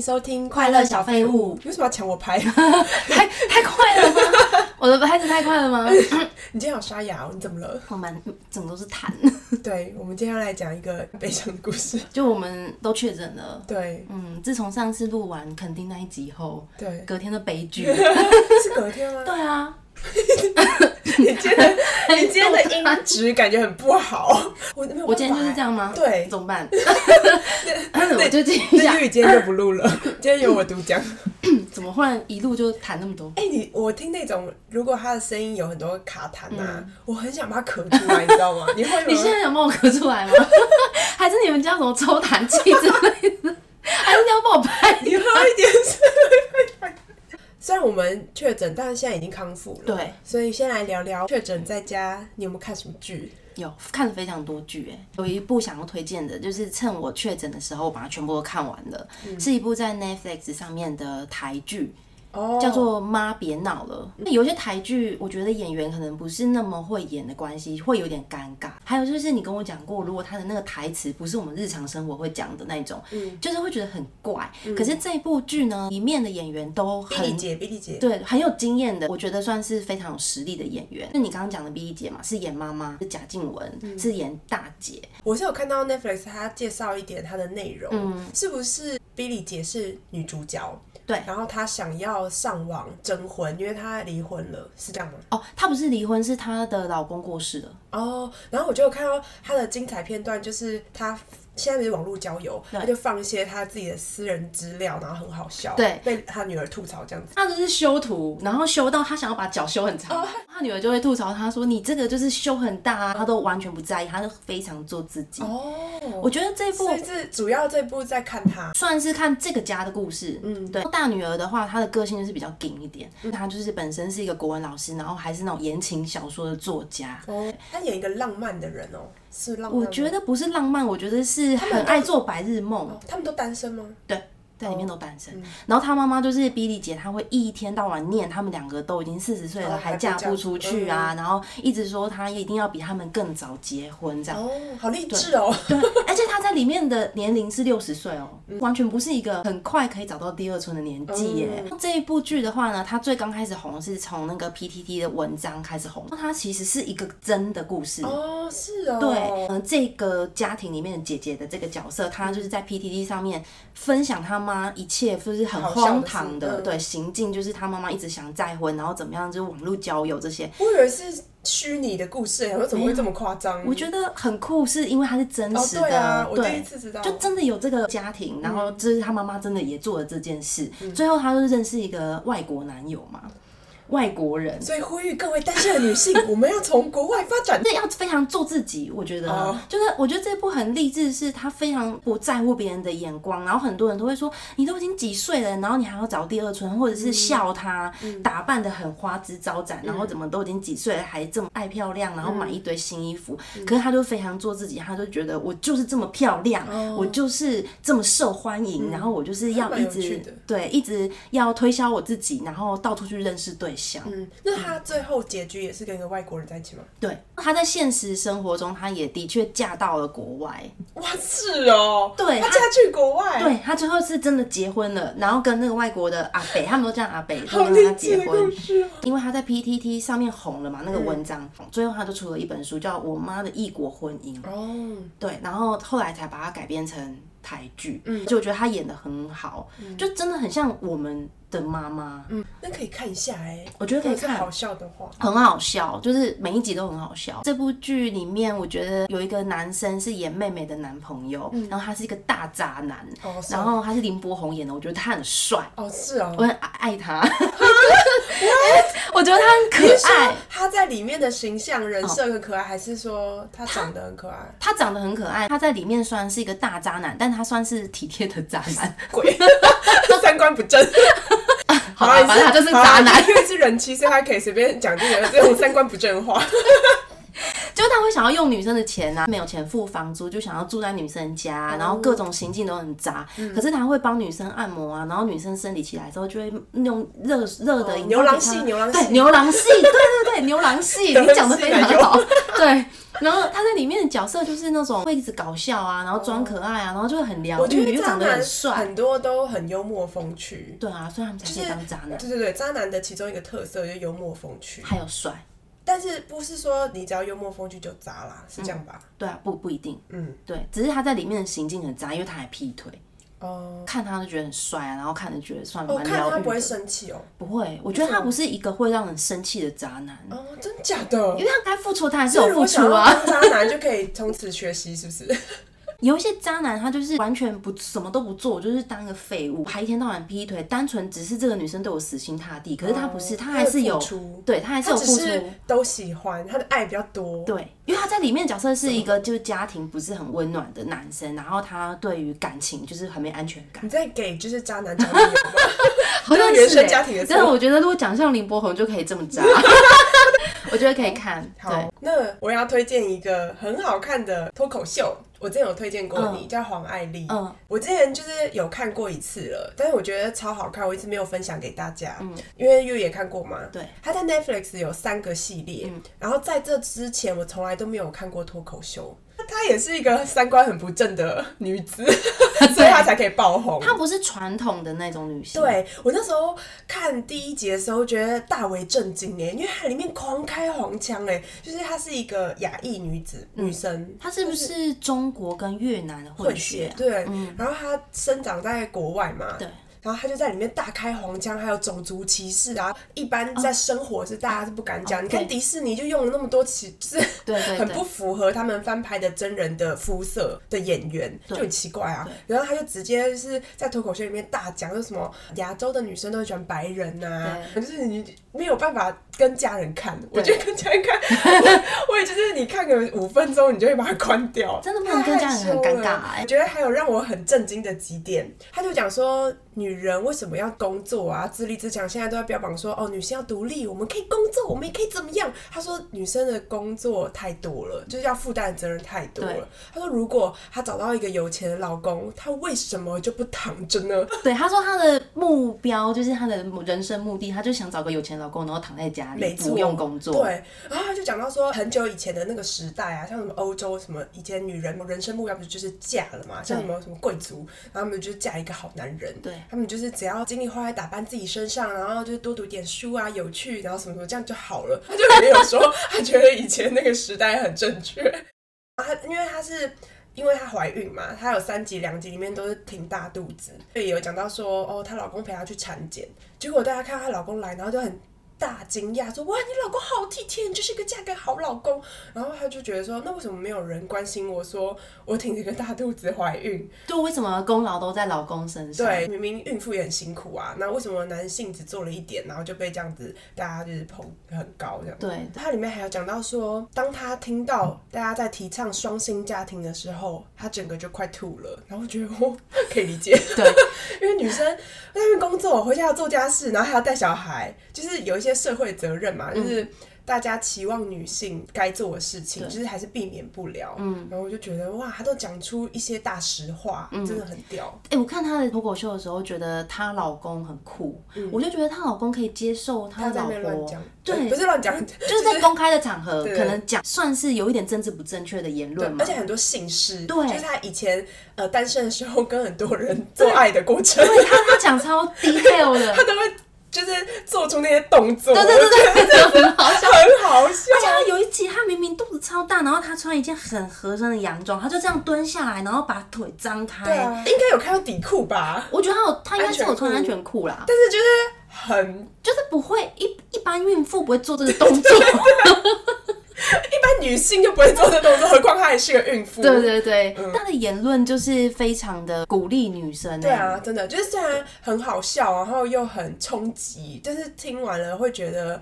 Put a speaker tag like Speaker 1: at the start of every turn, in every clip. Speaker 1: 收听《
Speaker 2: 快乐小废物》。
Speaker 1: 你为什么要抢我拍？
Speaker 2: 太太快了吗？我的拍子太快了吗？
Speaker 1: 你今天有刷牙哦？你怎么了？
Speaker 2: 我们整个都是痰，
Speaker 1: 对，我们今天要来讲一个悲伤的故事。
Speaker 2: 就我们都确诊了。
Speaker 1: 对
Speaker 2: 嗯，自从上次录完垦丁那一集后，
Speaker 1: 对，
Speaker 2: 隔天的悲剧。
Speaker 1: 是隔天吗？
Speaker 2: 对啊，
Speaker 1: 你今天的你今天的音质感觉很不好。 我没有办法
Speaker 2: 我今天就是这样吗？
Speaker 1: 对
Speaker 2: 怎么 办？我就进一下
Speaker 1: 那，玉今 天就不录了，今天由我独讲。
Speaker 2: 怎么忽然一路就痰那么多？
Speaker 1: 哎、你我听那种，如果他的声音有很多卡痰啊，我很想把它咳出来，你知道吗？你会吗？
Speaker 2: 嗯你现在有帮我咳出来吗？ 还是你们家有什么抽痰器之类的？还是你要帮我拍？
Speaker 1: 你喝一点水。虽然我们确诊，但是现在已经康复了。
Speaker 2: 对，
Speaker 1: 所以先来聊聊确诊在家，你有没有看什么剧？
Speaker 2: 有看了非常多剧哎，有一部想要推荐的，就是趁我确诊的时候，我把它全部都看完了，是一部在 Netflix 上面的台剧，
Speaker 1: 哦
Speaker 2: 叫做《妈别闹了》。那有一些台剧，我觉得演员可能不是那么会演的关系，会有点尴尬。还有就是你跟我讲过，如果他的那个台词不是我们日常生活会讲的那种，就是会觉得很怪。可是这部剧呢，里面的演员都
Speaker 1: 比利
Speaker 2: 很
Speaker 1: 姐，比利姐。
Speaker 2: 对，很有经验的，我觉得算是非常有实力的演员。就你刚刚讲的 B 一姐嘛，是演妈妈，是贾静雯，
Speaker 1: 嗯
Speaker 2: 是演大姐。
Speaker 1: 我是有看到 Netflix 它介绍一点它的内容，是不是 Billy 姐是女主角？
Speaker 2: 对
Speaker 1: 然后她想要上网征婚，因为她离婚了，是这样吗？
Speaker 2: 哦，她不是离婚，是她的老公过世了。
Speaker 1: 哦，然后我就有看到她的精彩片段，就是她现在不是网络交友，她就放一些她自己的私人资料，然后很好笑，
Speaker 2: 对
Speaker 1: 被她女儿吐槽这样子。
Speaker 2: 她就是修图，然后修到她想要把脚修很
Speaker 1: 哦
Speaker 2: 长，她女儿就会吐槽她说：“你这个就是修很大啊！”她都完全不在意，她就非常做自己。
Speaker 1: 哦，
Speaker 2: 我觉得这部
Speaker 1: 所以这主要这部在看她，
Speaker 2: 算是看这个家的故事。嗯，对。大女儿的话，她的个性就是比较紧一点，
Speaker 1: 嗯
Speaker 2: 她就是本身是一个国文老师，然后还是那种言情小说的作家。
Speaker 1: 哦，她演一个浪漫的人哦，是浪漫吗。
Speaker 2: 我觉得不是浪漫，我觉得是很爱做白日梦。
Speaker 1: 哦他们都单身吗？
Speaker 2: 对，在里面都单
Speaker 1: 哦嗯
Speaker 2: 身。然后他妈妈就是比利姐，她会一天到晚念他们两个都已经四十岁了，
Speaker 1: 哦还
Speaker 2: 还
Speaker 1: 不
Speaker 2: 嫁
Speaker 1: 嫁
Speaker 2: 不出去
Speaker 1: 嗯
Speaker 2: 啊，然后一直说她一定要比他们更早结婚这样。
Speaker 1: 哦，好励志哦。
Speaker 2: 对，而且她在里面的年龄是六十岁哦，
Speaker 1: 嗯
Speaker 2: 完全不是一个很快可以找到第二春的年纪
Speaker 1: 嗯
Speaker 2: 耶。这一部剧的话呢，它最刚开始红是从那个 PTT 的文章开始红，它其实是一个真的故事。
Speaker 1: 哦，是哦，嗯
Speaker 2: 对，嗯、这个家庭里面的姐姐的这个角色，她就是在 PTT 上面分享她妈一切就是很
Speaker 1: 好笑的
Speaker 2: 荒唐
Speaker 1: 事
Speaker 2: 的
Speaker 1: 嗯
Speaker 2: 对行径，就是她妈妈一直想再婚，然后怎么样，就是网络交友这些，
Speaker 1: 我以为是虚拟的故事，我说怎么会这么夸张？
Speaker 2: 我觉得很酷，是因为它是真
Speaker 1: 哦，
Speaker 2: 实
Speaker 1: 对
Speaker 2: 的，
Speaker 1: 啊，我第一次知道，嗯
Speaker 2: 就真的有这个家庭，然后就是她妈妈真的也做了这件事，最后她就认识一个外国男友嘛，外国人，
Speaker 1: 所以呼吁各位单身的女性，我们要从国外发展。
Speaker 2: 这要非常做自己，我觉得
Speaker 1: 哦
Speaker 2: 就是我觉得这部很励志，是他非常不在乎别人的眼光，然后很多人都会说，你都已经几岁了，然后你还要找第二春，或
Speaker 1: 嗯
Speaker 2: 者是笑他、打扮的很花枝招展，然后怎么都已经几岁了还这么爱漂亮，然后
Speaker 1: 嗯
Speaker 2: 买一堆新衣服，可是他就非常做自己，他就觉得我就是这么漂亮，我就是这么受欢迎，然后我就是要
Speaker 1: 哦嗯还蛮
Speaker 2: 一
Speaker 1: 有趣
Speaker 2: 直
Speaker 1: 的
Speaker 2: 对一直要推销我自己，然后到处去认识对象，
Speaker 1: 嗯，那他最后结局也是跟一个外国人在一起吗？
Speaker 2: 对，她在现实生活中，她也的确嫁到了国外。
Speaker 1: 哇，是哦，
Speaker 2: 对
Speaker 1: 他
Speaker 2: 他
Speaker 1: 嫁去国外，，
Speaker 2: 对，她最后是真的结婚了，然后跟那个外国的阿北，他们都叫阿北，
Speaker 1: 好
Speaker 2: 都跟他
Speaker 1: 励志
Speaker 2: 结
Speaker 1: 的故
Speaker 2: 婚。
Speaker 1: 事哦。
Speaker 2: 因为她在 PTT 上面红了嘛，那个文章，最后她就出了一本书，叫《我妈的异国婚姻》。
Speaker 1: 哦，
Speaker 2: 对，然后后来才把它改编成台剧。嗯，就我觉得她演的很好，就真的很像我们的妈妈。嗯，
Speaker 1: 那可以看一下哎，
Speaker 2: 我觉得可以
Speaker 1: 如果是
Speaker 2: 看
Speaker 1: 好笑的话，
Speaker 2: 很好笑，就是每一集都很好笑。这部剧里面，我觉得有一个男生是演妹妹的男朋友，
Speaker 1: 嗯
Speaker 2: 然后他是一个大渣男，
Speaker 1: 哦是
Speaker 2: 然后他是林柏宏演的，我觉得他很帅，
Speaker 1: 哦，是哦
Speaker 2: 我。很爱爱他， 我觉得他很可爱
Speaker 1: 说。他在里面的形象人设很可爱，还是说他长得很可 爱？
Speaker 2: 他长得很可爱，他在里面虽然是一个大渣男，但他算是体贴的渣男。
Speaker 1: 鬼， 三观不正。
Speaker 2: 好吧，反正 他就是渣男。
Speaker 1: 因为是人妻，所以他可以随便讲这个这种三观不正的话。
Speaker 2: 就他会想要用女生的钱啊，没有钱付房租，就想要住在女生
Speaker 1: 哦
Speaker 2: 家，然后各种行径都很渣。
Speaker 1: 嗯
Speaker 2: 可是他会帮女生按摩啊，然后女生生理期来之后就会用热热的饮料给她、
Speaker 1: 哦牛郎系牛郎系
Speaker 2: 对牛 郎系，对对对牛郎系，你讲的非常好， 对。然后他在里面的角色就是那种会一直搞笑啊，然后装可爱啊，然后就会很疗
Speaker 1: 我觉
Speaker 2: 愈，
Speaker 1: 得
Speaker 2: 又
Speaker 1: 渣
Speaker 2: 长得
Speaker 1: 男
Speaker 2: 很帅。
Speaker 1: 很多都很幽默风趣，
Speaker 2: 对啊，所以他们才可以当渣男，
Speaker 1: 对对对，渣男的其中一个特色就是幽默风趣，
Speaker 2: 还有帅。
Speaker 1: 但是不是说你只要幽默风趣就渣啦，是这样吧？
Speaker 2: 对啊，不不一定，
Speaker 1: 嗯，
Speaker 2: 对，只是他在里面的行径很渣，因为他还劈腿，
Speaker 1: 哦、
Speaker 2: 看他就觉得很帅啊，然后看着觉得算
Speaker 1: 我
Speaker 2: 蛮
Speaker 1: 哦看
Speaker 2: 疗
Speaker 1: 他
Speaker 2: 愈
Speaker 1: 不会
Speaker 2: 的。
Speaker 1: 生气哦，
Speaker 2: 不会，我觉得他不是一个会让人生气的渣男，
Speaker 1: 哦，真假的
Speaker 2: 因？为他该付出，他还是
Speaker 1: 那
Speaker 2: 有
Speaker 1: 如
Speaker 2: 付
Speaker 1: 果想
Speaker 2: 出
Speaker 1: 要
Speaker 2: 啊。
Speaker 1: 当渣男就可以从此学习，是不是？
Speaker 2: 有一些渣男，他就是完全不什么都不做，我就是当个废物，还一天到晚劈腿，单纯只是这个女生对我死心塌地。可是他不是，
Speaker 1: 哦
Speaker 2: 他还是
Speaker 1: 他
Speaker 2: 有
Speaker 1: 有付出，
Speaker 2: 对他还是
Speaker 1: 他
Speaker 2: 有
Speaker 1: 只
Speaker 2: 付出。
Speaker 1: 是都喜欢，他的爱比较多。
Speaker 2: 对，因为他在里面的角色是一个就是家庭不是很温暖的男生，然后他对于感情就是很没安全感。
Speaker 1: 你在给就是渣男找理由吗？
Speaker 2: 好像
Speaker 1: 就是是原生
Speaker 2: 欸
Speaker 1: 家庭的错
Speaker 2: 真的，我觉得如果长相林柏宏就可以这么 渣，我觉得可以看。对，
Speaker 1: 好，那我要推荐一个很好看的脱口秀，我之前有推荐过你，
Speaker 2: 嗯
Speaker 1: 叫黄爱丽。
Speaker 2: 嗯
Speaker 1: 我之前就是有看过一次了，但是我觉得超好看，我一直没有分享给大家，因为 You 也看过嘛。
Speaker 2: 嗯对，
Speaker 1: 他在 Netflix 有三个系列，然后在这之前我从来都没有看过脱口秀。她也是一个三观很不正的女 子， 所以她才可以爆红。
Speaker 2: 她不是传统的那种女性。，
Speaker 1: 对我那时候看第一集的时候，觉得大为震惊哎，因为它里面狂开黄腔哎，就是她是一个亚裔女子、女生，
Speaker 2: 她是不是中国跟越南的混血啊？
Speaker 1: 对，然后她生长在国外嘛，
Speaker 2: 对。
Speaker 1: 然后她就在里面大开黄腔，还有种族歧视啊！一般在生活是大家是不敢讲。
Speaker 2: 哦
Speaker 1: 你看
Speaker 2: 对
Speaker 1: 迪士尼就用了那么多歧， 就是
Speaker 2: 对对对
Speaker 1: 很不符合他们翻拍的真人的肤色的演员，就很奇怪啊。然后他就直接就是在脱口秀里面大讲，就什么亚洲的女生都很喜欢白人呐、就是你没有办法跟家人看。我觉得跟家人看， 我我也就是你看个五分钟，你就会把它关掉，
Speaker 2: 真的不能跟家人很尴尬欸
Speaker 1: 我觉得还有让我很震惊的几点，他就讲说女人为什么要工作啊，自立自强，现在都在标榜说哦，女性要独立，我们可以工作，我们也可以怎么样？他说女生的工作太多了，就是要负担的责任太多
Speaker 2: 对
Speaker 1: 了。他说如果她找到一个有钱的老公，她为什么就不躺着 呢？
Speaker 2: 对，她说她的目标就是她的人生目的，她就想找个有钱老公，然后躺在家里
Speaker 1: 没错
Speaker 2: 不用工作。
Speaker 1: 对，然后他就讲到说，很久以前的那个时代啊，像什么欧洲什么以前女人人生目标不是就是嫁了嘛，像什么什么贵族，然后他们就是嫁一个好男人，
Speaker 2: 对
Speaker 1: 他们就是只要精力花在打扮自己身上，然后就是多读点书啊，有趣，然后什么什么这样就好了。 他就没有说他觉得以前那个时代很正确， 然后他因为他是。因为她怀孕嘛，她有三集两集里面都是挺大肚子，所以有讲到说，哦，她老公陪她去产检，结果大家看到她老公来，然后就很大惊讶，说：“哇，你老公好体贴，你就是一个嫁给好老公。”然后她就觉得说：“那为什么没有人关心我说我挺着一个大肚子怀孕？
Speaker 2: 就为什么功劳都在老公身上？
Speaker 1: 对，明明孕妇也很辛苦啊，那为什么男性只做了一点，然后就被这样子大家就是捧很高这样？”
Speaker 2: 对
Speaker 1: 它里面还有讲到说，当他听到大家在提倡双薪家庭的时候，他整个就快吐了。然后我觉得我可以理解，
Speaker 2: 对，
Speaker 1: 因为女生在那边工作，回家要做家事，然后还要带小孩，就是有一些社会责任嘛，
Speaker 2: 嗯
Speaker 1: 就是大家期望女性该做的事情，就是还是避免不了。嗯，然后我就觉得哇，她都讲出一些大实话，真的很屌。
Speaker 2: 哎、我看她的脱口秀的时候，觉得她老公很酷，我就觉得她老公可以接受她
Speaker 1: 嗯她在那
Speaker 2: 老
Speaker 1: 边乱
Speaker 2: 婆
Speaker 1: 讲，，
Speaker 2: 对嗯
Speaker 1: 不，是乱 讲，
Speaker 2: 就是在公开的场合，
Speaker 1: 对
Speaker 2: 可能讲算是有一点政治不正确的言论嘛
Speaker 1: 而且。很多姓氏，
Speaker 2: 对
Speaker 1: 就是他以前呃单身的时候跟很多人做爱的过程，
Speaker 2: 对 他，他讲超 detail 的，
Speaker 1: 他都会就是做出那些动作，
Speaker 2: 对对对对，真 的很好笑。
Speaker 1: 很好笑
Speaker 2: 而。且他有一集，他明明肚子超大，然后他穿一件很合身的洋装，他就这样蹲下来，然后把腿张
Speaker 1: 对
Speaker 2: 开。
Speaker 1: 啊，应该有看到底裤吧？
Speaker 2: 我觉得他有，他应该是有穿
Speaker 1: 安
Speaker 2: 安
Speaker 1: 全
Speaker 2: 全裤啦，
Speaker 1: 但是就是很
Speaker 2: 就是不会一一般孕妇不会做这个动作。
Speaker 1: 一般女性就不会做这动作，何况她也是个孕妇。
Speaker 2: 对对对，他的言论就是非常的鼓励女生、欸。
Speaker 1: 嗯对啊，真的就是虽然很好笑，然后又
Speaker 2: 嗯
Speaker 1: 很冲击，但是听完了会觉得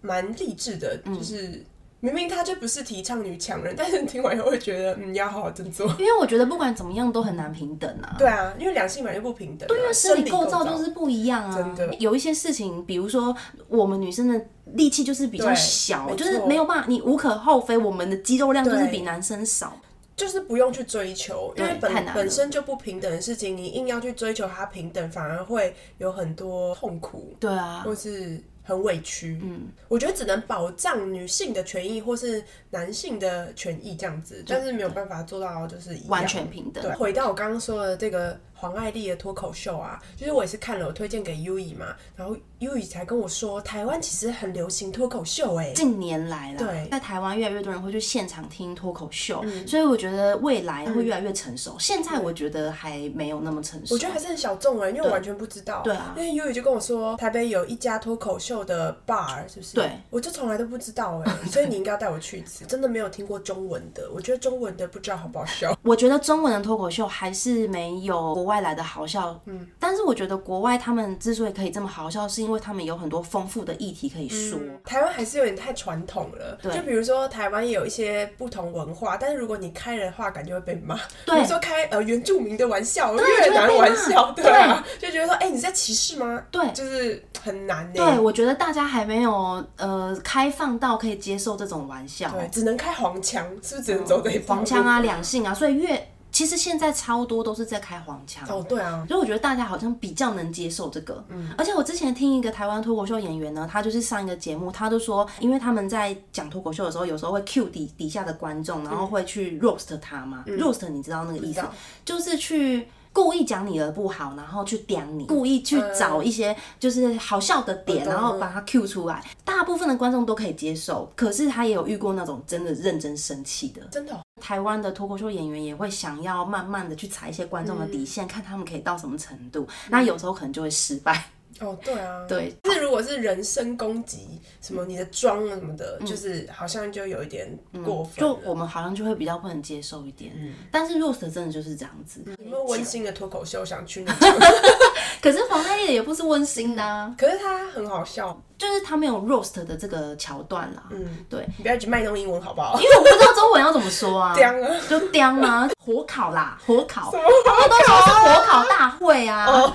Speaker 1: 蛮励志的，就是明明他就不是提倡女强人，但是听完以后会觉得，嗯，要好好振作。
Speaker 2: 欸因为我觉得不管怎么样都很难平等啊。
Speaker 1: 对啊，因为两性本来就不平等、啊，对
Speaker 2: 因为生
Speaker 1: 生
Speaker 2: 理
Speaker 1: 理
Speaker 2: 构
Speaker 1: 造
Speaker 2: 造就是不一样啊。
Speaker 1: 真的
Speaker 2: 有一些事情，比如说我们女生的力气就是比较
Speaker 1: 对
Speaker 2: 小，
Speaker 1: 没
Speaker 2: 就是
Speaker 1: 错
Speaker 2: 没有办法，你无可厚非，我们的肌肉量就是
Speaker 1: 对
Speaker 2: 比男生少。
Speaker 1: 就是不用去追求，因为
Speaker 2: 对太
Speaker 1: 本
Speaker 2: 难了
Speaker 1: 本身就不平等的事情，你硬要去追求它平等，反而会有很多痛苦
Speaker 2: 对啊，
Speaker 1: 或是很委屈。嗯，我觉得只能保障女性的权益或是男性的权益这样子，但是没有办法做到就是一样
Speaker 2: 完全平等
Speaker 1: 对，回到我刚刚说的这个黄爱丽的脱口秀啊，就是我也是看了，我推荐给 U 以嘛，然后 U 以才跟我说，台湾其实很流行脱口秀哎、
Speaker 2: 近年来啦，
Speaker 1: 对嗯
Speaker 2: 在台湾越来越多人会去现场听脱口秀，所以我觉得未来会越来越成熟。现在我觉得还没有那么成熟。
Speaker 1: 我觉得还是很小众哎、因为我完全不知道。
Speaker 2: 对啊
Speaker 1: 因为 U 以就跟我说，台北有一家脱口秀的 bar，是不是？
Speaker 2: 对，
Speaker 1: 我就从来都不知道哎、所以你应该要带我去一次，真的没有听过中文的，我觉得中文的不知道好不好笑。
Speaker 2: 我觉得中文的脱口秀还是没有国外来的好笑，嗯，但是我觉得国外他们之所以可以这么好笑，是因为他们有很多丰富的议题可以说。
Speaker 1: 台湾还是有点太传统了，就比如说台湾也有一些不同文化，但是如果你开了的话，感觉会被骂。
Speaker 2: 对
Speaker 1: 比如说开呃原住民的玩笑、
Speaker 2: 就
Speaker 1: 越
Speaker 2: 会被
Speaker 1: 南
Speaker 2: 骂
Speaker 1: 玩笑，对啊， 就觉得说，哎、你在歧视吗？
Speaker 2: 对
Speaker 1: 就是很难呢、
Speaker 2: 对，我觉得大家还没有呃开放到可以接受这种玩笑，
Speaker 1: 对，只能开黄腔，是不是只能走这一步？
Speaker 2: 黄腔啊、两性啊，所以越其实现在超多都是在开黄腔。
Speaker 1: 哦，对啊，
Speaker 2: 所以我觉得大家好像比较能接受这个，嗯，而且我之前听一个台湾脱口秀演员呢，他就是上一个节目，他就说，因为他们在讲脱口秀的时候，有时候会 cue 底底下的观众，
Speaker 1: 嗯
Speaker 2: 然后会去 roast 他嘛、r o a s t 你知道那个意
Speaker 1: 知
Speaker 2: 思
Speaker 1: 道，
Speaker 2: 就是去。故意讲你的不好，然后去点你，故意去找一些就是好笑的
Speaker 1: 嗯
Speaker 2: 点，
Speaker 1: 懂嗯
Speaker 2: 然后把它 Q 出来。大部分的观众都可以接受，可是他也有遇过那种真的认真生气的，
Speaker 1: 真的哦、
Speaker 2: 台湾的脱口秀演员也会想要慢慢的去踩一些观众的底线，看他们可以到什么程度。
Speaker 1: 嗯
Speaker 2: 那有时候可能就会失败。
Speaker 1: 哦，对啊，。
Speaker 2: 对，
Speaker 1: 但是如果是人身攻击，什么你的妆啊什么
Speaker 2: 嗯
Speaker 1: 的，就是好像就有一点过分
Speaker 2: 就
Speaker 1: 了。嗯
Speaker 2: 我们好像就会比较不能接受一点。但是 Rose 真的嗯就是这样子。
Speaker 1: 有没有温馨的脱口秀想 去那种？
Speaker 2: 可是黄太烈也不是温馨的、啊，
Speaker 1: 可是他很好笑，
Speaker 2: 就是他没有 roast 的这个桥段啦。
Speaker 1: 嗯，
Speaker 2: 对，
Speaker 1: 你不要一直卖弄英文好不好？
Speaker 2: 因为我不知道中文要怎么说啊。
Speaker 1: 样啊，
Speaker 2: 就刁吗？火烤啦，火烤，他们都说是火烤大会啊。
Speaker 1: 哦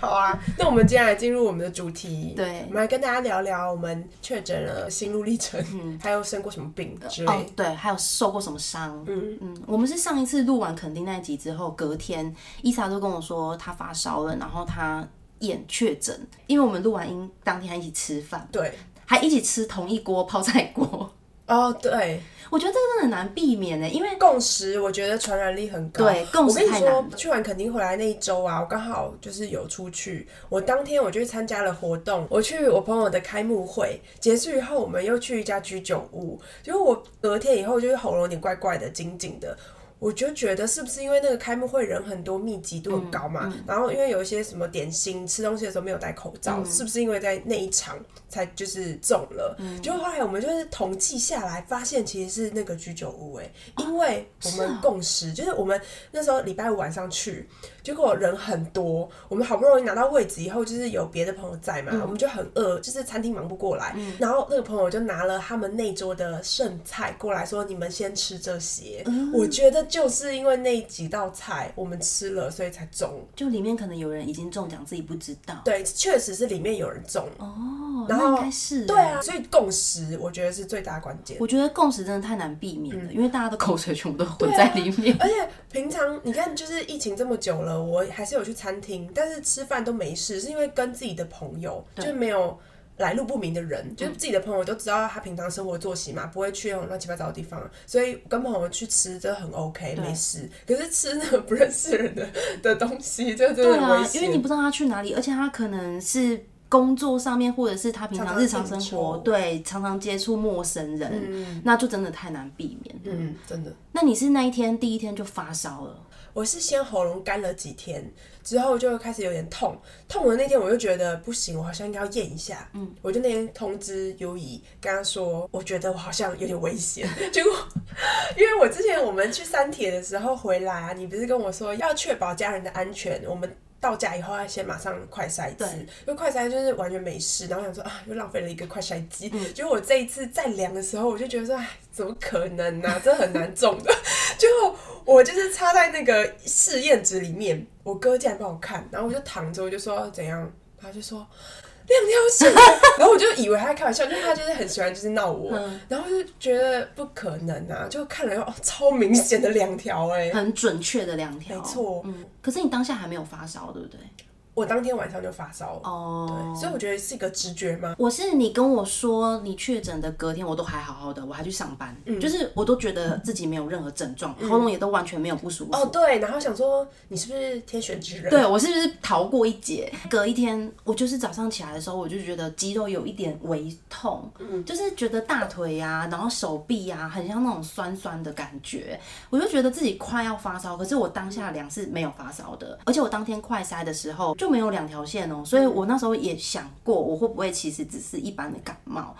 Speaker 1: 好啊，那我们接下来进入我们的主题，
Speaker 2: 对
Speaker 1: 我们来跟大家聊聊我们确诊了心路历程，还有生过什么病之类。
Speaker 2: 嗯哦，对，还有受过什么伤？嗯嗯，我们是上一次录完垦丁那一集之后，隔天伊莎就跟我说她发烧了，然后她验确诊，因为我们录完音当天还一起吃饭，
Speaker 1: 对，
Speaker 2: 还一起吃同一锅泡菜锅。
Speaker 1: 哦对，
Speaker 2: 我觉得这个真的很难避免欸呢，因为
Speaker 1: 共识我觉得传染力很高。
Speaker 2: 对共识
Speaker 1: 我跟
Speaker 2: 太
Speaker 1: 你
Speaker 2: 难
Speaker 1: 说
Speaker 2: 了，
Speaker 1: 去完垦丁回来那一周啊，我刚好就是有出去，我当天我就去参加了活动，我去我朋友的开幕会，结束以后我们又去一家居酒屋，结果我隔天以后就是喉咙有点怪怪的、紧紧的。我就觉得是不是因为那个开幕会人很多，密集度很高嘛，然后因为有一些什么点心吃东西的时候没有戴口罩，是不是因为在那一场才就是中了？结果后来我们就是统计下来，发现其实是那个居酒屋哎、因为我们共识、就是我们那时候礼拜五晚上去，结果人很多，我们好不容易拿到位置以后，就是有别的朋友在嘛，我们就很饿，就是餐厅忙不过来。然后那个朋友就拿了他们那桌的剩菜过来说：“你们先吃这些。我觉得就是因为那几道菜我们吃了，所以才中。
Speaker 2: 就里面可能有人已经中奖，自己不知道。
Speaker 1: 对，确实是里面有人中。
Speaker 2: 哦，
Speaker 1: 然
Speaker 2: 那
Speaker 1: 后
Speaker 2: 应该是
Speaker 1: 对啊，。所以共识我觉得是最大关键。
Speaker 2: 我觉得共识真的太难避免
Speaker 1: 嗯
Speaker 2: 了，因为大家的口水全部都
Speaker 1: 啊
Speaker 2: 混在里 面。
Speaker 1: 而且平常你看，就是疫情这么久了，我还是有去餐厅，但是吃饭都没事，是因为跟自己的朋友，就没有来路不明的
Speaker 2: 嗯
Speaker 1: 人，就是自己的朋友都知道他平常生活作息嘛，不会去那种乱七八糟的地方，所以跟朋友去吃这很 OK，没事。可是吃那个不认识人的的东西，这真的
Speaker 2: 对
Speaker 1: 很危
Speaker 2: 啊，因
Speaker 1: 险。
Speaker 2: 为你不知道他去哪里，而且他可能是工作上面，或者是他平常日常生
Speaker 1: 常常
Speaker 2: 活，
Speaker 1: 应酬
Speaker 2: 对，常常接触陌生人，那就真的太难避免。
Speaker 1: 嗯，真的。
Speaker 2: 那你是那一天第一天就发烧了，
Speaker 1: 我是先喉咙干了几天，之后就开始有点痛，痛的那天我就觉得不行，我好像应该要验一下。嗯，我就那天通知优怡，跟她说，我觉得我好像有点危险。 结果，因为我之前我们去三铁的时候回来啊，你不是跟我说要确保家人的安全，我们。到家以后要先马上快筛一次，
Speaker 2: 对
Speaker 1: 因为快筛就是完全没事，然后想说啊，又浪费了一个快筛机。结果我这一次再量的时候，我就觉得说，哎，怎么可能呢、这很难中的。结果我就是插在那个试验纸里面，我哥竟然帮我看，然后我就躺着，我就说怎样，他就说。亮亮是的，然后我就以为他在开玩笑，因为他就是很喜欢就是闹我，
Speaker 2: 嗯
Speaker 1: 然后就觉得不可能啊，就看了以后、哦、超明显的两条哎，
Speaker 2: 很准确的两条，嗯
Speaker 1: 没错，
Speaker 2: 可是你当下还没有发烧，对不对？
Speaker 1: 我当天晚上就发烧了，
Speaker 2: 哦，
Speaker 1: 所以我觉得是一个直觉吗？
Speaker 2: 我是你跟我说你确诊的隔天，我都还好好的，我还去上班，
Speaker 1: 嗯
Speaker 2: 就是我都觉得自己没有任何症状，喉咙也都完全没有不舒服。
Speaker 1: 哦，对，然后想说你是不是天选之人？
Speaker 2: 对我是不是逃过一劫？隔一天，我就是早上起来的时候，我就觉得肌肉有一点微痛，
Speaker 1: 嗯
Speaker 2: 就是觉得大腿呀、然后手臂呀、很像那种酸酸的感觉。我就觉得自己快要发烧，可是我当下量是没有发烧的，而且我当天快筛的时候就没有两条线
Speaker 1: 嗯
Speaker 2: 哦、所以我那时候也想过，我会不会其实只是一般的感冒，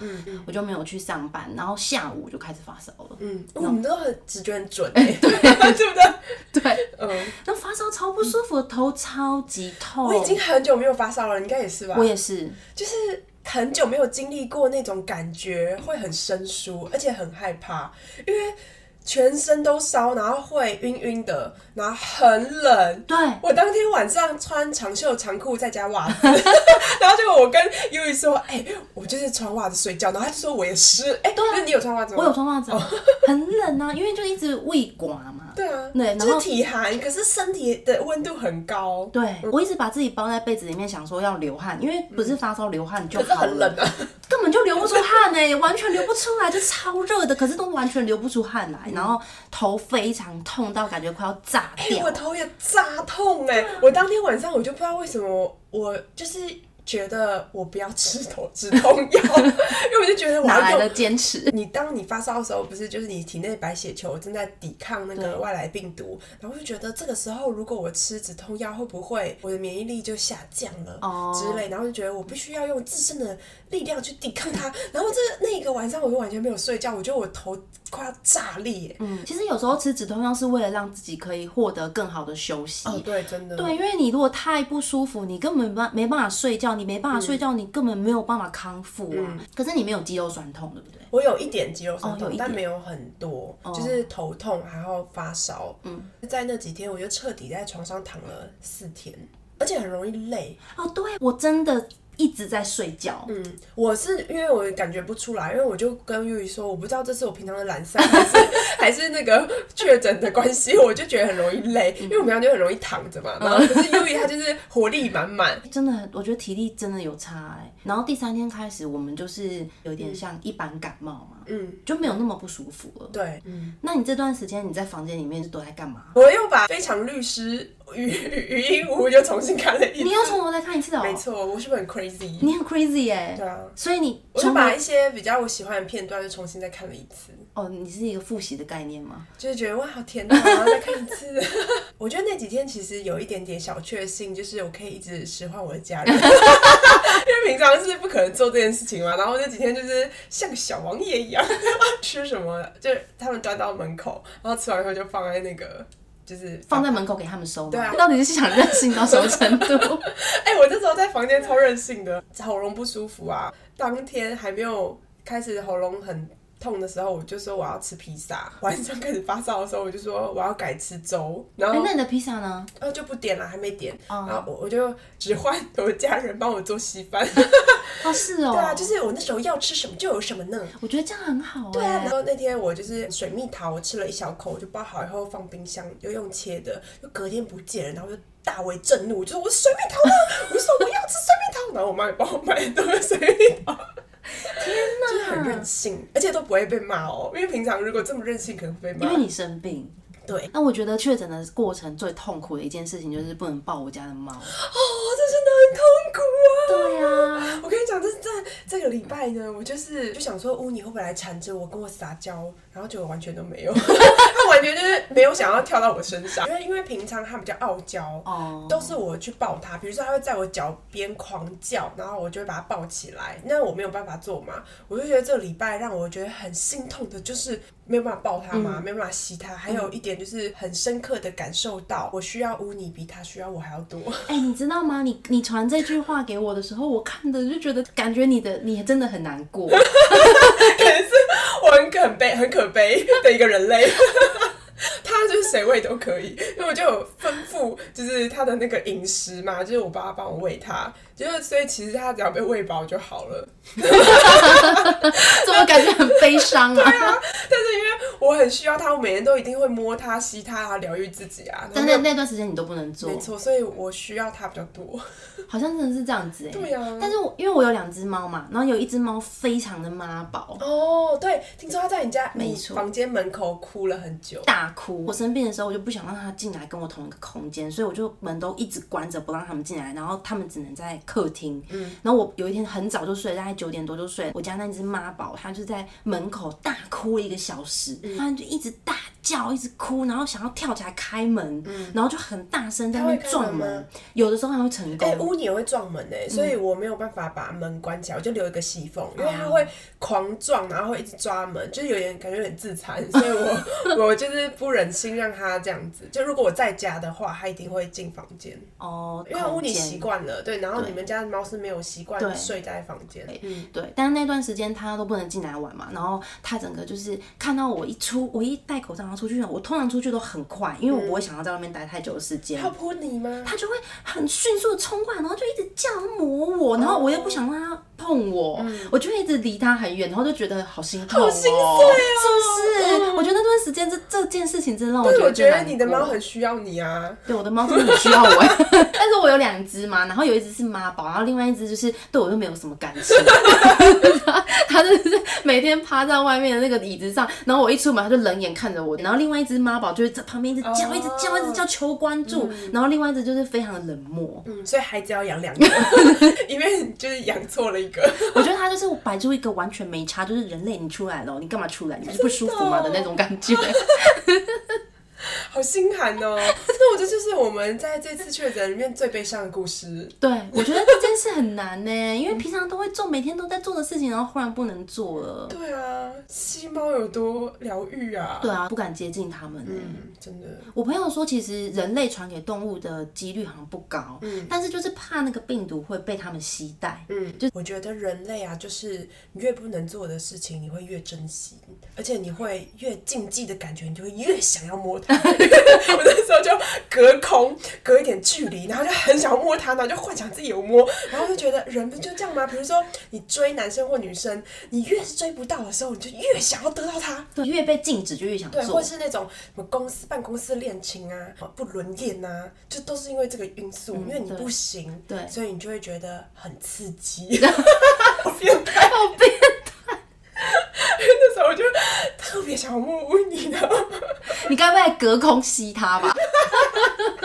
Speaker 2: 我就没有去上班，然后下午就开始发烧了。
Speaker 1: 嗯，哦我们都很直觉很准、 欸，对 对不对？
Speaker 2: 对，
Speaker 1: 嗯，
Speaker 2: 那发烧超不舒服，头超级痛。
Speaker 1: 我已经很久没有发烧了，你应该也是吧
Speaker 2: 我？也是，
Speaker 1: 就是很久没有经历过那种感觉，会很生疏，而且很害怕，因为全身都烧，然后会晕晕的，然后很冷，
Speaker 2: 对，
Speaker 1: 我当天晚上穿长袖长裤再加袜子， 然后结果我跟优一说，哎、我就是穿袜子睡觉，然后他就说我也是，哎、
Speaker 2: 对啊
Speaker 1: 那你有穿袜子吗？
Speaker 2: 我有穿袜子啊，很冷啊，因为就一直胃寡嘛。
Speaker 1: 对啊，
Speaker 2: 对然后
Speaker 1: 就是体寒，可是身体的温度很高，
Speaker 2: 对，我一直把自己包在被子里面，想说要流汗，因为不是发烧流汗就
Speaker 1: 嗯可是
Speaker 2: 好
Speaker 1: 很冷
Speaker 2: 了，
Speaker 1: 啊。
Speaker 2: 根本就流不出汗哎、完全流不出来，就超热的，可是都完全流不出汗来，然后头非常痛到感觉快要炸
Speaker 1: 哎、
Speaker 2: 掉啊
Speaker 1: 我。头也炸痛哎、我当天晚上我就不知道为什么，我就是觉得我不要吃头止痛药，因为我就觉得我
Speaker 2: 哪来
Speaker 1: 要
Speaker 2: 的
Speaker 1: 用。
Speaker 2: 坚持？
Speaker 1: 你当你发烧的时候，不是就是你体内白血球正在抵抗那
Speaker 2: 对
Speaker 1: 个外来病毒，然后就觉得这个时候如果我吃止痛药，会不会我的免疫力就下降了、
Speaker 2: 哦
Speaker 1: 之类，然后就觉得我必须要用自身的力量去抵抗它。然后这那个晚上我就完全没有睡觉，我觉得我头快要炸裂耶。
Speaker 2: 嗯，其实有时候吃止痛药是为了让自己可以获得更好的休息。
Speaker 1: 哦，对，真的，
Speaker 2: 对，因为你如果太不舒服，你根本没办没办法睡觉，你没办法
Speaker 1: 嗯
Speaker 2: 睡觉，你根本没有办法康复啊。可是你没有肌肉酸痛，对不对？
Speaker 1: 我有一点肌肉酸
Speaker 2: 哦有
Speaker 1: 痛，
Speaker 2: 一点哦
Speaker 1: 但没有很多，就是头痛，然后发烧。嗯，在那几天我就彻底在床上躺了四天，而且很容易累。
Speaker 2: 哦，对，我真的一直在睡觉。
Speaker 1: 嗯，我是因为我感觉不出来，因为我就跟玉宇说，我不知道这是我平常的懒 散，还是还是那个确诊的关系，我就觉得很容易累，
Speaker 2: 嗯
Speaker 1: 因为我平常就很容易躺着嘛。然后可是玉宇她就是活力满满，
Speaker 2: 真的很，我觉得体力真的有差哎、然后第三天开始，我们就是有点像一般感冒嘛，
Speaker 1: 嗯，
Speaker 2: 就没有那么不舒服了。
Speaker 1: 对，嗯，
Speaker 2: 那你这段时间你在房间里面是都在干嘛？
Speaker 1: 我又把《非常律师语语音屋》又重新看了一
Speaker 2: 你
Speaker 1: 遍。
Speaker 2: 又从头再看一次哦、
Speaker 1: 没错，我是不是很 crazy？
Speaker 2: 你很 crazy 哎、
Speaker 1: 对啊。
Speaker 2: 所以你
Speaker 1: 我就
Speaker 2: 从
Speaker 1: 把
Speaker 2: 头
Speaker 1: 一些比较我喜欢的片段就重新再看了一次，
Speaker 2: 哦，你是一个复习的概念吗？
Speaker 1: 就是觉得哇好甜啊，然后再看一次。 我觉得那几天其实有一点点小确幸，就是我可以一直使唤我的家人， 因为平常是不可能做这件事情嘛。然后那几天就是像个小王爷一样， 吃什么就是他们端到门口，然后吃完以后就放在那个就是
Speaker 2: 放在门口给他们收吗？
Speaker 1: 对啊
Speaker 2: 到底是想任性到什么 程度？
Speaker 1: 哎、我那时候在房
Speaker 2: 啊
Speaker 1: 间超任性的，喉咙不舒服啊。当天还没有开始喉咙很痛的时候，我就说我要吃披萨。 晚上开始发烧的时候，我就说我要改吃粥，然
Speaker 2: 哎、
Speaker 1: 后
Speaker 2: 那你的披萨呢？
Speaker 1: 呃就不点了，还没点。
Speaker 2: 哦
Speaker 1: 然后我我就只唤我家人帮我做稀饭。
Speaker 2: 哦，是哦，
Speaker 1: 对啊，就是我那时候要吃什么就有什么呢。
Speaker 2: 我觉得这样很好哎、
Speaker 1: 对啊，然后那天我就是水蜜桃，我吃了一小口，我就包好以后放冰箱，又用切的，就隔天不见了，然后就大为震怒，我就说我水蜜桃呢，我就说我要吃水蜜桃，然后我妈也帮我买了多个水蜜桃。天哪， 就是很任性，而且都不会被骂哦，因为平常如果这么任性，可能会被
Speaker 2: 因
Speaker 1: 骂
Speaker 2: 为。你生病。
Speaker 1: 对，
Speaker 2: 那我觉得确诊的过程最痛苦的一件事情就是不能抱我家的猫。
Speaker 1: 哦，这真的很痛苦啊。
Speaker 2: 对啊呀、
Speaker 1: 我跟你讲，这这这个礼拜哦 呢，我就是就想说，乌尼会不会来缠着我，跟我撒娇，然后结果完全都没有，他完感觉就是没有想要跳到我身上，因为因为平常他比较傲娇，
Speaker 2: 哦，
Speaker 1: 都是我去抱他，比如说他会在我脚边狂叫，然后我就会把他抱起来，那我没有办法做嘛，我就觉得这个礼拜让我觉得很心痛的就是没有办法抱他嘛，
Speaker 2: 嗯
Speaker 1: 没有办法吸他，还有一点就是很深刻的感受到我需要乌尼比他需要我还要多，
Speaker 2: 哎、你知道吗？你你传这句话给我的时候，我看的就觉得，感觉你的你真的很难过。
Speaker 1: 我很可悲很可 悲的一个人类。 他就是谁喂都可以，因为我就有吩咐，就是他的那个饮食嘛，就是我爸帮我喂他，就是所以其实他只要被喂饱就好了。
Speaker 2: 怎么感觉很 悲伤啊？
Speaker 1: 但是因为我很需要它，我每天都一定会摸它、吸它啊，疗愈自己啊。
Speaker 2: 但
Speaker 1: 然
Speaker 2: 那
Speaker 1: 后
Speaker 2: 那段时间你都不能做
Speaker 1: 没，错，所以我需要它比较多。
Speaker 2: 好像真的是这样子哎、
Speaker 1: 对啊
Speaker 2: 但是我因为我有两只猫嘛，然后有一只猫非常的妈宝，
Speaker 1: 哦，对，听说它在你家
Speaker 2: 没
Speaker 1: 你
Speaker 2: 错
Speaker 1: 房间门口哭了很久。
Speaker 2: 大哭。我生病的时候，我就不想让它进来跟我同一个空间，所以我就门都一直关着，不让他们进来。然后他们只能在客厅。嗯。然后我有一天很早就睡，大概九点多就睡。我家那只妈宝，它就在门口大哭了一个小时，
Speaker 1: 嗯
Speaker 2: 它就一直大叫，一直哭，然后想要跳起来开门，然后就很大声在那
Speaker 1: 嗯它会
Speaker 2: 边
Speaker 1: 开门
Speaker 2: 撞门
Speaker 1: 吗。
Speaker 2: 有的时候还会成功。
Speaker 1: 哎、乌尼也会撞门
Speaker 2: 嗯
Speaker 1: 哎、所以我没有办法把门关起来，我就留一个细
Speaker 2: 哦
Speaker 1: 缝，因为它会狂撞，然后会一直抓门，就是有点感觉有点自残，所以 我我就是不忍心让它这样子。就如果我在家的话，它一定会进房间，
Speaker 2: 哦，
Speaker 1: 因为乌尼
Speaker 2: 空间
Speaker 1: 习惯了，对，然后你们家的猫是没有习
Speaker 2: 对
Speaker 1: 惯睡在房间，嗯，
Speaker 2: 对，但是那段时间他都不能进来玩嘛，然后他整个就是看到我一出，我一戴口罩然后出去，我通常出去都很快，因为我
Speaker 1: 嗯
Speaker 2: 不会想要在外面待太久的时间。
Speaker 1: 它有扑你吗？
Speaker 2: 他就会很迅速的冲过来，然后就一直叫磨我，然后我
Speaker 1: 哦
Speaker 2: 又不想让他碰我，我就一直离他很远，然后就觉得好心痛、
Speaker 1: 嗯
Speaker 2: 哦，
Speaker 1: 好心碎哦
Speaker 2: 是不是？我觉得那段时间这这件事情真的让我
Speaker 1: 但
Speaker 2: 觉
Speaker 1: 是
Speaker 2: 得
Speaker 1: 我觉得
Speaker 2: 最
Speaker 1: 你的
Speaker 2: 难过
Speaker 1: 猫很需要你啊，
Speaker 2: 对，我的猫真的很需要我， 但是我有两只嘛，然后有一只是妈宝，然后另外一只就是对我又没有什么感情， 它就是每天趴在外面的那个椅子上，然后我一出门它就冷眼看着我，然后另外一只妈宝就是在旁边一直叫，
Speaker 1: 哦
Speaker 2: 一直叫，一直叫求关注，然后另外一只就是非常的冷漠，
Speaker 1: 嗯，所以孩子要养 两个，因为就是养错了一个，
Speaker 2: 我觉得它就是摆出一个完全没差，就是人类你出来了，你干嘛出来？你就是不舒服嘛的那种感觉。
Speaker 1: 好心寒哦。那我这就是我们在这次确诊里面最悲伤的故事。
Speaker 2: 对，我觉得这件事很难呢，因为平常都会做，每天都在做的事情，然后忽然不能做了。
Speaker 1: 对啊，吸猫有多疗愈啊！
Speaker 2: 对啊，不敢接近他们呢。
Speaker 1: 嗯，真的，
Speaker 2: 我朋友说，其实人类传给动物的几率好像不高，但是就是怕那个病毒会被他们携带。
Speaker 1: 嗯，就我觉得人类啊，就是你越不能做的事情，你会越珍惜，而且你会越禁忌的感觉，你就会越想要摸它。我那时候就隔空隔一点距离，然后就很想要摸它，然后就幻想自己有摸，然后就觉得人不就这样吗？比如说你追男生或女生，你越是追不到的时候，你就越想要得到他。
Speaker 2: 对，越被禁止就越想
Speaker 1: 对，
Speaker 2: 做
Speaker 1: 或。是那种什么公司办公室恋情啊，不伦恋啊，就都是因为这个因素，因为你
Speaker 2: 对
Speaker 1: 不行，
Speaker 2: 嗯对
Speaker 1: 所以你就会觉得很刺 激，好变态，好变态。那时候我就特别想摸摸你的，
Speaker 2: 你该不会还隔空吸它吧？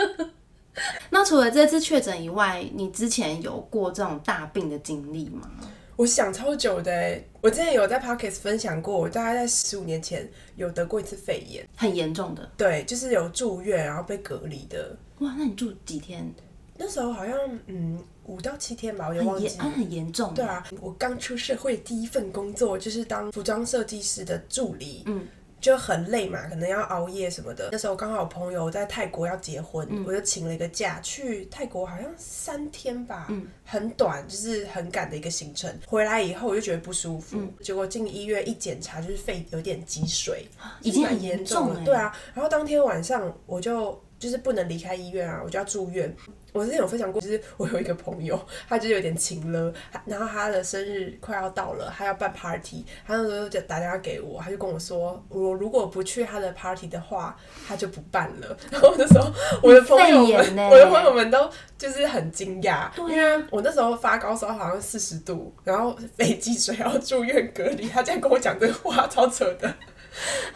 Speaker 2: 那除了这次确诊以外，你之前有过这种大病的经历吗？
Speaker 1: 我想超久的、欸。我之前有在 Pockets 分享过，我大概在十五年前有得过一次肺炎，
Speaker 2: 很严重的
Speaker 1: 对，就是有住院然后被隔离的。
Speaker 2: 哇？那你住几天？
Speaker 1: 那时候好像嗯五到七天吧，我也
Speaker 2: 很
Speaker 1: 忘
Speaker 2: 严，
Speaker 1: 记
Speaker 2: 啊、很严重。
Speaker 1: 对，啊，我刚出社会第一份工作就是当服装设计师的助理，
Speaker 2: 嗯，
Speaker 1: 就很累嘛，可能要熬夜什么的。那时候刚好有朋友在泰国要结婚，
Speaker 2: 嗯
Speaker 1: 我就请了一个假去泰国，好像三天吧，嗯，很短，就是很赶的一个行程。回来以后我就觉得不舒服，
Speaker 2: 嗯
Speaker 1: 结果进医院一检查，就是肺有点积水，
Speaker 2: 已经很
Speaker 1: 蛮严
Speaker 2: 严重
Speaker 1: 的
Speaker 2: 了。
Speaker 1: 对啊，然后当天晚上我就就是不能离开医院啊，我就要住院。我之前有分享过，就是我有一个朋友，他就是有点勤了，他然后他的生日快要到了，他要办 party，他那时候就打电话给我，他就跟我说，我如果不去他的 party 的话，他就不办了。 然后那时候我的朋友
Speaker 2: 你肺炎
Speaker 1: 们，
Speaker 2: 呢
Speaker 1: 我的朋友们都就是很惊讶，
Speaker 2: 对啊
Speaker 1: 因为我那时候发高烧好像四十度，然后肺积水要住院隔离，他竟然跟我讲这个话，超扯的。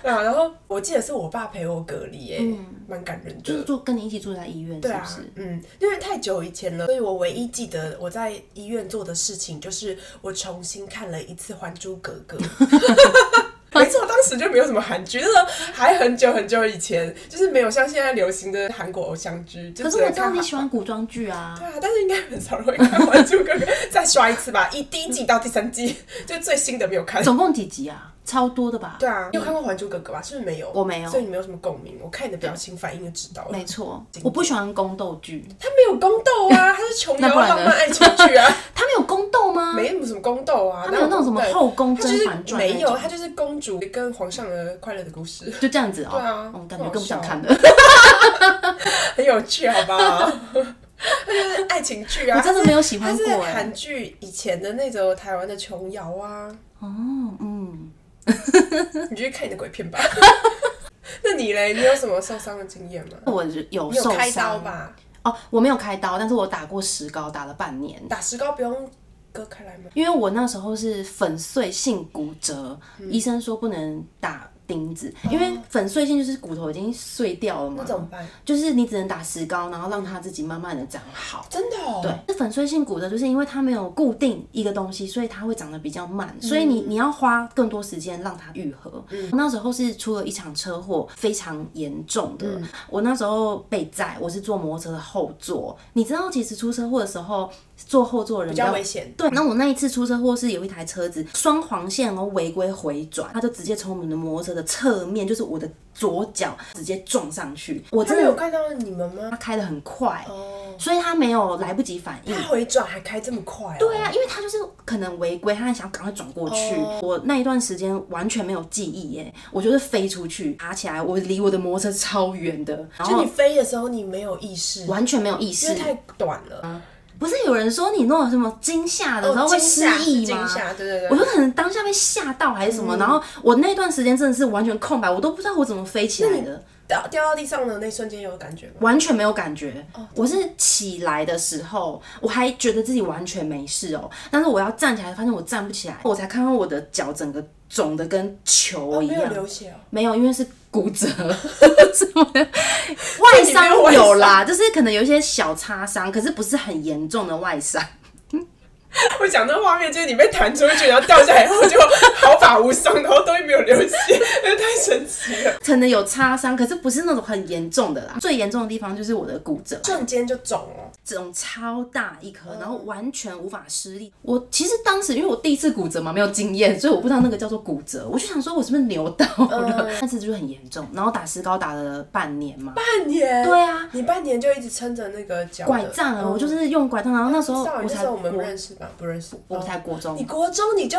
Speaker 1: 对啊，然后我记得是我爸陪我隔离、欸，
Speaker 2: 嗯
Speaker 1: 蛮、感人
Speaker 2: 就是
Speaker 1: 的。
Speaker 2: 住跟你一起住在医院，是
Speaker 1: 对
Speaker 2: 不
Speaker 1: 啊
Speaker 2: 是？，
Speaker 1: 嗯，因为太久以前了，所以我唯一记得我在 医院做的事情就是我重新看了一次《还珠格格》， 没错，当时就没有什么韩剧，那时候还很久很久以前，就是没有像现在流行的韩国偶像剧。就
Speaker 2: 可是
Speaker 1: 只
Speaker 2: 我
Speaker 1: 能
Speaker 2: 知道
Speaker 1: 看
Speaker 2: 你
Speaker 1: 韩
Speaker 2: 喜欢古装剧啊
Speaker 1: 对，啊，但是应该很少人会看《还珠格格》，再刷一次吧，一第一季到第三季，就最新的没有 看。
Speaker 2: 总共几集啊？超多的吧？
Speaker 1: 对啊，你有看过《还珠格格》吧？是不是没有？
Speaker 2: 我没有
Speaker 1: 所以你没有什么共鸣。我看你的表情反应就知道了。
Speaker 2: 没错，我不喜欢宫斗剧。
Speaker 1: 他没有宫斗啊，他是琼
Speaker 2: 那
Speaker 1: 瑶
Speaker 2: 不然呢
Speaker 1: 浪漫爱情剧啊，
Speaker 2: 他们有宫斗吗？
Speaker 1: 没什么宫斗啊。
Speaker 2: 他啊没有那种什么
Speaker 1: 对
Speaker 2: 后宫
Speaker 1: 他
Speaker 2: 甄
Speaker 1: 就是
Speaker 2: 嬛传那
Speaker 1: 没有，
Speaker 2: 种
Speaker 1: 他就是公主跟皇上的快乐的故事，
Speaker 2: 就这样子哦、
Speaker 1: 对啊不
Speaker 2: 嗯，感觉
Speaker 1: 好
Speaker 2: 更不想
Speaker 1: 笑
Speaker 2: 看了。
Speaker 1: 很有趣，好不 好？他就是爱情剧啊，
Speaker 2: 我真的没有喜
Speaker 1: 他
Speaker 2: 欢
Speaker 1: 是
Speaker 2: 过哎、
Speaker 1: 韩剧以前的那种台湾的琼瑶啊，
Speaker 2: 哦，嗯，
Speaker 1: 你就去看你的鬼片吧。 那你嘞？你有什么受伤的经验吗？
Speaker 2: 我有
Speaker 1: 哦 你有
Speaker 2: 受
Speaker 1: 开刀
Speaker 2: 伤？
Speaker 1: 吧？
Speaker 2: 哦，我没有开刀，但是我打过石膏，打了半年。
Speaker 1: 打石膏不用割开来吗？
Speaker 2: 因为我那时候是粉碎性骨折，
Speaker 1: 嗯
Speaker 2: 医生说不能打钉子，
Speaker 1: 哦
Speaker 2: 因为粉碎性就是骨头已经碎掉了嘛
Speaker 1: 那，怎么办？
Speaker 2: 就是你只能打石膏，然后让它自己慢慢的长好。
Speaker 1: 真的哦，
Speaker 2: 对，这粉碎性骨折就是因为它没有固定一个东西，所以它会长得比较慢，
Speaker 1: 嗯
Speaker 2: 所以你你要花更多时间让它愈合。那时候是出了一场车祸，非常严重的。
Speaker 1: 嗯
Speaker 2: 我那时候被载，我是坐摩托车的后座。你知道，其实出车祸的时候，坐后座的人比
Speaker 1: 比较
Speaker 2: 较
Speaker 1: 危险。
Speaker 2: 对，那我那一次出车祸是有一台车子双黄线哦违规回转，它就直接从我们的摩托车的侧面，就是我的左脚直接撞上去。我
Speaker 1: 他
Speaker 2: 真
Speaker 1: 没有
Speaker 2: 的，
Speaker 1: 看到你们吗
Speaker 2: 它？开得很快，
Speaker 1: 哦，
Speaker 2: 所以它没有来不及反应
Speaker 1: 他。回转还开这么快、哦？
Speaker 2: 对啊，因为他就是可能违规，他想赶快转过去。
Speaker 1: 哦
Speaker 2: 我那一段时间完全没有记忆耶，我就是飞出去，爬起来，我离我的摩托车超远的，然
Speaker 1: 就
Speaker 2: 后
Speaker 1: 你飞的时候你没有意识，
Speaker 2: 完全没有意
Speaker 1: 因为
Speaker 2: 识。
Speaker 1: 太短了。
Speaker 2: 不是有人说你那种什么惊吓的时候会
Speaker 1: 哦惊
Speaker 2: 失
Speaker 1: 吓是
Speaker 2: 忆吗？
Speaker 1: 惊吓，嗯对对对。
Speaker 2: 我就可能当下被吓到还是什么，然后我那段时间真的是完全空白，我都不知道我怎么飞起来的，
Speaker 1: 掉掉到地上的那瞬间有感觉吗？
Speaker 2: 完全没有感觉。
Speaker 1: 哦
Speaker 2: 我是起来的时候，我还觉得自己完全没事哦、但是我要站起来，发现我站不起来，我才看到我的脚整个肿的跟球一
Speaker 1: 没有
Speaker 2: 样，
Speaker 1: 流血哦，
Speaker 2: 没有，因为是骨折，是我的外伤有啦，就是可能有一些小擦伤，可是不是很严重的外伤。
Speaker 1: 我想那画面就是你被弹出去，然后掉下来，然后就毫发无伤，然后都没有流血， 太神奇了！
Speaker 2: 可能有擦伤，可是不是那种很严重的啦。最严重的地方就是我的骨折，
Speaker 1: 瞬间就肿哦了，
Speaker 2: 肿超大一颗，
Speaker 1: 嗯
Speaker 2: 然后完全无法施力。我其实当时因为我第一次骨折嘛，没有经验，所以我不知道那个叫做骨折。我就想说，我是不是扭到了？ 但是就很严重，然后打石膏打了半年嘛。
Speaker 1: 嗯半年。
Speaker 2: 对啊，
Speaker 1: 你半年就一直撑着那个脚的
Speaker 2: 拐杖啊，我就是用拐杖，然后那时候
Speaker 1: 至少
Speaker 2: 我
Speaker 1: 那
Speaker 2: 才
Speaker 1: 时候我们不
Speaker 2: 国，
Speaker 1: 认识吧？不认识。哦
Speaker 2: 我才国
Speaker 1: 你
Speaker 2: 中，
Speaker 1: 国中你就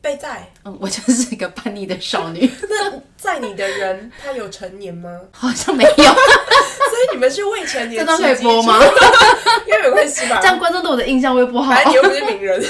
Speaker 1: 被载，
Speaker 2: 嗯，我就是一个叛逆的少女，？
Speaker 1: 那载你的人他有成年吗
Speaker 2: 好像没有，
Speaker 1: 所以你们是未成年
Speaker 2: 这段可以
Speaker 1: 司机
Speaker 2: 播吗？
Speaker 1: 应该没关系吧
Speaker 2: 这？样观众对我的印象会不好
Speaker 1: 反。正你又不是名人。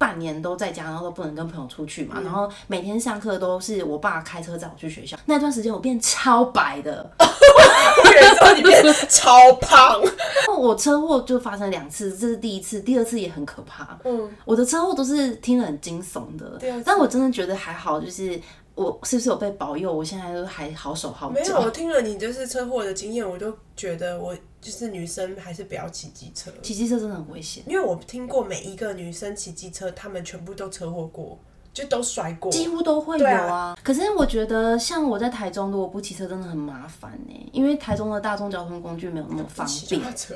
Speaker 2: 半年都在家，然后都不能跟朋友出去
Speaker 1: 嗯
Speaker 2: 嘛，然后每天上课都是我爸开车载我去学校。那段时间我变超白的，
Speaker 1: 我跟你说，你 变超胖。
Speaker 2: 然后我车祸就发生两次，这是第一次，第二次也很可怕。
Speaker 1: 嗯，
Speaker 2: 我的车祸都是听了很惊悚的
Speaker 1: 第二次，
Speaker 2: 但我真的觉得还好，就是我是不是有被保佑？我现在都还好手好
Speaker 1: 没有，
Speaker 2: 脚。
Speaker 1: 我听了你就是车祸的经验，我就觉得我就是女生还是不要骑机车，
Speaker 2: 骑机车真的很危险，
Speaker 1: 因为我听过每一个女生骑机车，她们全部都车祸过，就都摔过。
Speaker 2: 几乎都会有
Speaker 1: 对
Speaker 2: 啊。
Speaker 1: 啊
Speaker 2: 可是我觉得像我在台中，如果不骑车真的很麻烦呢、因为台中的大众交通工具没有那么方
Speaker 1: 骑
Speaker 2: 便
Speaker 1: 脚。踏车，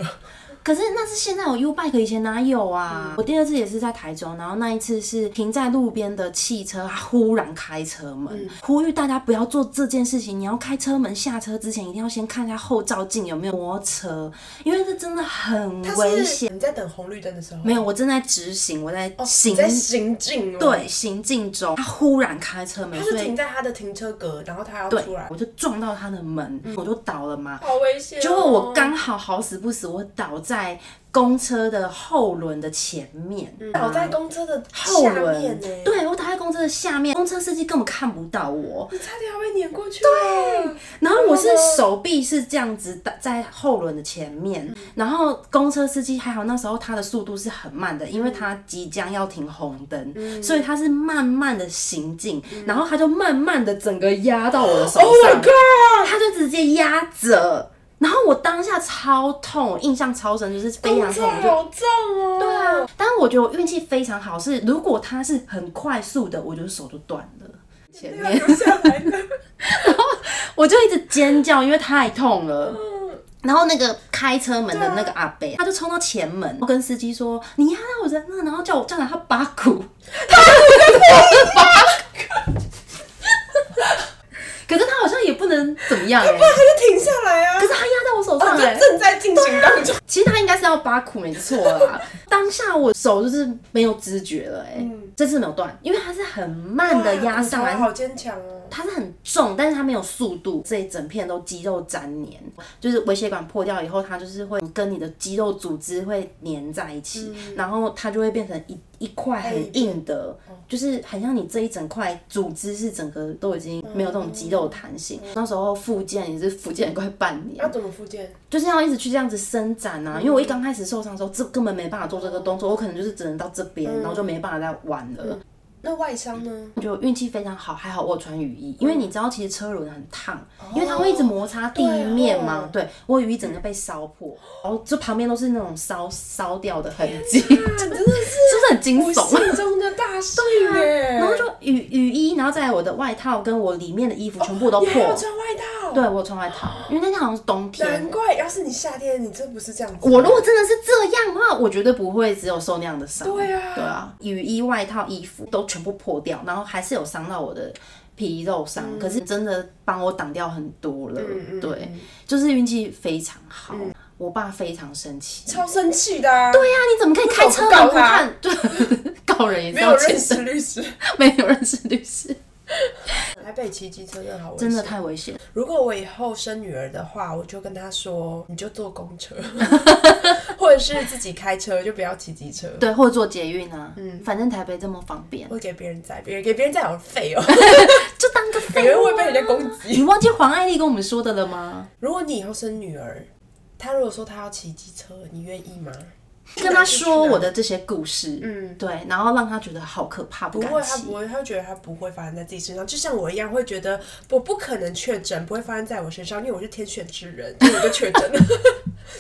Speaker 2: 可是那是现在有 U bike 以前哪有啊？
Speaker 1: 嗯
Speaker 2: 我第二次也是在台中，然后那一次是停在路边的汽车，它忽然开车门，
Speaker 1: 嗯
Speaker 2: 呼吁大家不要做这件事情。你要开车门下车之前，一定要先看一下后照镜有没有摩托车，因为这真的很危
Speaker 1: 它
Speaker 2: 险。
Speaker 1: 是你在等红绿灯的时候，
Speaker 2: 没有，我正在执行，我在
Speaker 1: 你
Speaker 2: 行、
Speaker 1: 在行进哦，
Speaker 2: 对行进中，他忽然开车门，
Speaker 1: 她
Speaker 2: 所
Speaker 1: 是
Speaker 2: 以
Speaker 1: 停在她的停车格，然后她要
Speaker 2: 对
Speaker 1: 出来，
Speaker 2: 我就撞到他的门，我就倒了嘛。
Speaker 1: 好危险哦。
Speaker 2: 结果我刚好好死不死，我倒在公车的后轮的前面，
Speaker 1: 倒在公车的
Speaker 2: 后
Speaker 1: 下面
Speaker 2: 轮
Speaker 1: 呢，，
Speaker 2: 对我倒在公车的下面，公车司机根本看不到我。
Speaker 1: 你差点要被碾过去。对，啊
Speaker 2: 然后我是
Speaker 1: 然后呢
Speaker 2: 手臂是这样子打在后轮的前面，
Speaker 1: 嗯
Speaker 2: 然后公车司机还好那时候他的速度是很慢的，因
Speaker 1: 嗯
Speaker 2: 为他即将要停红灯，所以他是慢慢的行进，然后他就慢慢的整个压到我的手
Speaker 1: 嗯 Oh my
Speaker 2: 上
Speaker 1: god！，
Speaker 2: 他就直接压着。然后我当下超痛，我印象超深，就是非常
Speaker 1: 公
Speaker 2: 痛，
Speaker 1: 车
Speaker 2: 我
Speaker 1: 哎好
Speaker 2: 就
Speaker 1: 重哦。对
Speaker 2: 但我觉得我运气非常好，是如果他是很快速的，我就手就断了。前
Speaker 1: 要
Speaker 2: 面，
Speaker 1: 留下来的。
Speaker 2: 啊 我就一直尖叫，因为太痛了。
Speaker 1: 嗯
Speaker 2: 嗯然后那个开车门的那个
Speaker 1: 对
Speaker 2: 阿伯，啊他就冲到前门，我跟司机说：“你压到我人了。”然后叫我叫来他八股，他八股 可是他好像也 不能怎么样哎、
Speaker 1: 他就停下来啊
Speaker 2: 可，是他压在我手
Speaker 1: 哦，
Speaker 2: 上哎、
Speaker 1: 就正在进行当 中。
Speaker 2: 其实他应该是要八苦没错 啦。当下我手就是没有知觉了、哎、
Speaker 1: 嗯
Speaker 2: 这次没有断，因为它是很慢的啊压上来
Speaker 1: 哇，好坚强哦。
Speaker 2: 它是很重，但是它没有速度，这一整片都肌肉粘连，就是微血管破掉以后，它就是会跟你的肌肉组织会粘在一起，然后它就会变成一一块嗯很硬的，哦就是很像你这一整块组织是整个都已经没有这种肌肉弹性。那时候复健也是复健快半年，
Speaker 1: 要怎么复健？
Speaker 2: 就是要一直去这样子伸展啊，因为我一刚开始受伤的时候，这根本没办法做这个动作，我可能就是只能到这边，然后就没办法再玩了。
Speaker 1: 那外伤呢？
Speaker 2: 就运气非常好，还好我有穿雨衣，因为你知道其实车轮很烫，因为它会一直摩擦地面嘛。哦对,、啊我雨衣整个被烧破，然后就旁边都是那种烧烧掉的痕迹，是
Speaker 1: 啊，真的是
Speaker 2: 嗯不是很惊
Speaker 1: 我
Speaker 2: 悚？
Speaker 1: 心中的大事哎。
Speaker 2: 啊然后就雨雨衣，然后再来我的外套跟我里面的衣服全部都
Speaker 1: 你还
Speaker 2: 破。
Speaker 1: 要穿外套？
Speaker 2: 对，我有穿外套，因为那天好像是冬天，
Speaker 1: 难怪，要是你夏天，你真不是这样子。
Speaker 2: 我如果真的是这样的话，我绝对不会只有受那样的伤。
Speaker 1: 对啊
Speaker 2: 对啊，雨衣、外套、衣服都全部破掉，然后还是有伤到我的皮肉伤，可是真的帮我挡掉很多了。
Speaker 1: 嗯嗯嗯嗯
Speaker 2: 对，就是运气非常好。我爸非常生气，
Speaker 1: 超生气的啊！对
Speaker 2: 对呀、你怎么可以开车
Speaker 1: 为什么
Speaker 2: 门不
Speaker 1: 不告他
Speaker 2: 看？ 对，告人也是
Speaker 1: 没有
Speaker 2: 要钱
Speaker 1: 认
Speaker 2: 的，
Speaker 1: 识律师，
Speaker 2: 没有认识 律师，
Speaker 1: 台北骑机车真的好危险。
Speaker 2: 真的太危险了。
Speaker 1: 如果我以后生女儿的话，我就跟她说，你就坐公车， 或者是自己开车，就不要骑机车，
Speaker 2: 对，或者坐捷运啊，嗯，反正台北这么方便，
Speaker 1: 会给别人载，别人给别人载好废哦，
Speaker 2: 就当个
Speaker 1: 感
Speaker 2: 废
Speaker 1: 觉
Speaker 2: 物
Speaker 1: 会被
Speaker 2: 啊。
Speaker 1: 人家攻击。
Speaker 2: 你忘记黄爱丽跟我们说的了吗？
Speaker 1: 如果你以后生女儿，她如果说她要骑机车，你愿意吗？
Speaker 2: 跟他说我的这些故事，
Speaker 1: 嗯
Speaker 2: 对，然后让他觉得好可怕，不
Speaker 1: 不
Speaker 2: 敢
Speaker 1: 会，她
Speaker 2: 骑
Speaker 1: 不。会，她会觉得她不会发生在自己身上，就像我一样，会觉得我不可能确诊，不会发生在我身上，因为我是天选之人， 所以我就确诊了，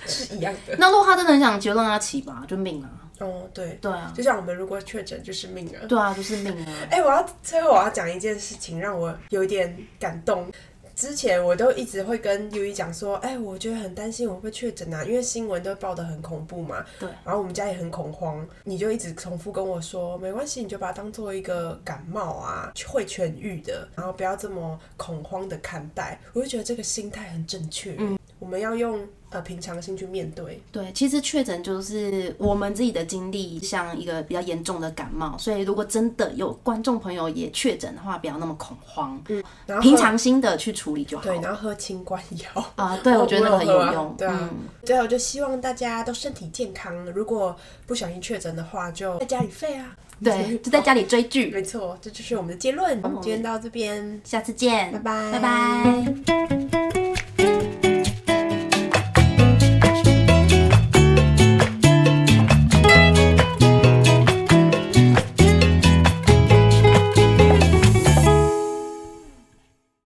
Speaker 1: 是一样 的。
Speaker 2: 那如果他真的很想骑，就让他骑吧，就命啊，
Speaker 1: 哦，对，
Speaker 2: 对啊，
Speaker 1: 就像我们如果确诊就是命啊。
Speaker 2: 对啊，就是命啊。
Speaker 1: 哎、我要最后我要讲一件事情，让我有一点感动。之前我都一直会跟优一讲说，哎、我觉得很担心我会不会确诊啊，因为新闻都报的很恐怖嘛。
Speaker 2: 对。
Speaker 1: 然后我们家也很恐慌，你就一直重复跟我说，没关系，你就把它当做一个感冒啊，会痊愈的，然后不要这么恐慌的看待。我就觉得这个心态很正确。嗯。我们要用呃平常心去面对。
Speaker 2: 对，其实确诊就是我们自己的经历，像一个比较严重的感冒，所以如果真的有观众朋友也确诊的话，不要那么恐慌，
Speaker 1: 然后
Speaker 2: 嗯平常心的去处理就好
Speaker 1: 对，。然后喝清冠药。
Speaker 2: 啊，对，我觉得那很
Speaker 1: 我有喝
Speaker 2: 有
Speaker 1: 啊
Speaker 2: 用。
Speaker 1: 对啊，
Speaker 2: 嗯，
Speaker 1: 最后就希望大家都身体健康。如果不小心确诊的话，就在家里废啊。
Speaker 2: 对，就在家里追剧。
Speaker 1: 没错，这就是我们的结论。我们今天到这边，
Speaker 2: 下次见，
Speaker 1: 拜拜
Speaker 2: 拜拜。